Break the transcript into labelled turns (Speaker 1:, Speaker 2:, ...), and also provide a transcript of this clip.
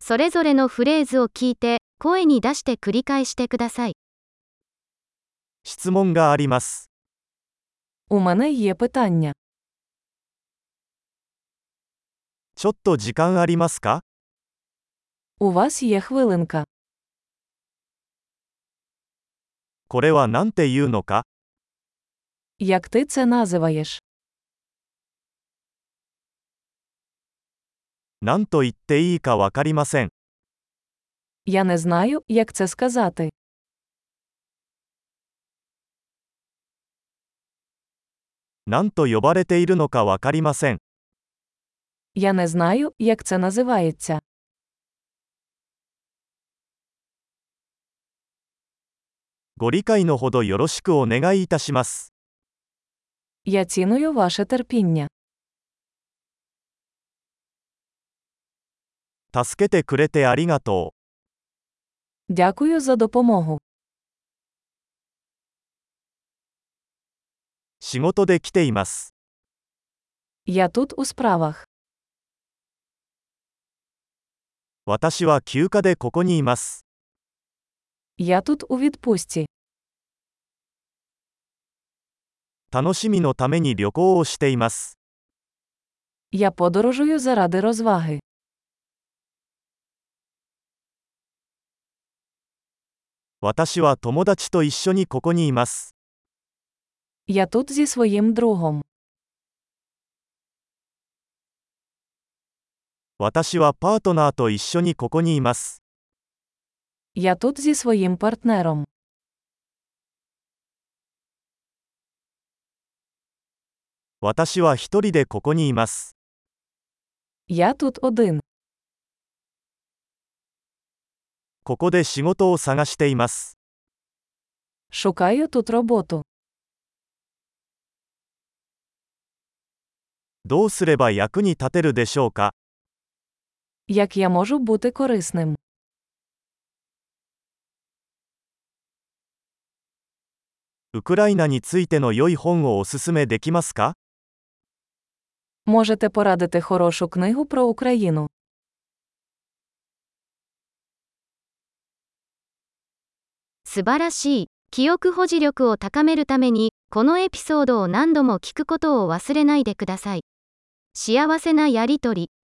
Speaker 1: それぞれのフレーズを聞いて、声に出して繰り返してください。
Speaker 2: 質問があります。
Speaker 3: У мене є питання.
Speaker 2: ちょっと時間ありますか
Speaker 3: У вас є хвилинка.
Speaker 2: これは何て言うのか
Speaker 3: Як ти це називаєш?
Speaker 2: 何と言っていいかわかりません。
Speaker 3: Я не знаю, як це сказати.
Speaker 2: 何と呼ばれているのかわかりません。
Speaker 3: Я не знаю, як це називається.
Speaker 2: ご理解のほどよろしくお願いいたします。
Speaker 3: Я ціную ваше терпіння.
Speaker 2: 助けてくれてありがと
Speaker 3: Дякую за допомогу.
Speaker 2: う。仕事で来ています。
Speaker 3: Я тут у справах.
Speaker 2: 私は休暇でここにいます。
Speaker 3: Я тут у відпустці.
Speaker 2: 楽しみのために旅行をしています。
Speaker 3: Я подорожую заради розваги.
Speaker 2: 私は友達と一緒にここにいます。
Speaker 3: Я тут зі своїм другом.
Speaker 2: 私はパートナーと一緒にここにいます。
Speaker 3: Я тут зі своїм партнером.
Speaker 2: 私は一人でここにいます。
Speaker 3: Я тут один.
Speaker 2: ここで仕事を探しています。
Speaker 3: Шукаю тут роботу.
Speaker 2: どうすれば役に立てるでしょうか
Speaker 3: Як я можу бути корисним?
Speaker 2: ウクライナについての良い本をおすすめできますか
Speaker 3: Можете порадити хорошу книгу про Україну.
Speaker 1: 素晴らしい。記憶保持力を高めるために、このエピソードを何度も聞くことを忘れないでください。幸せなやりとり。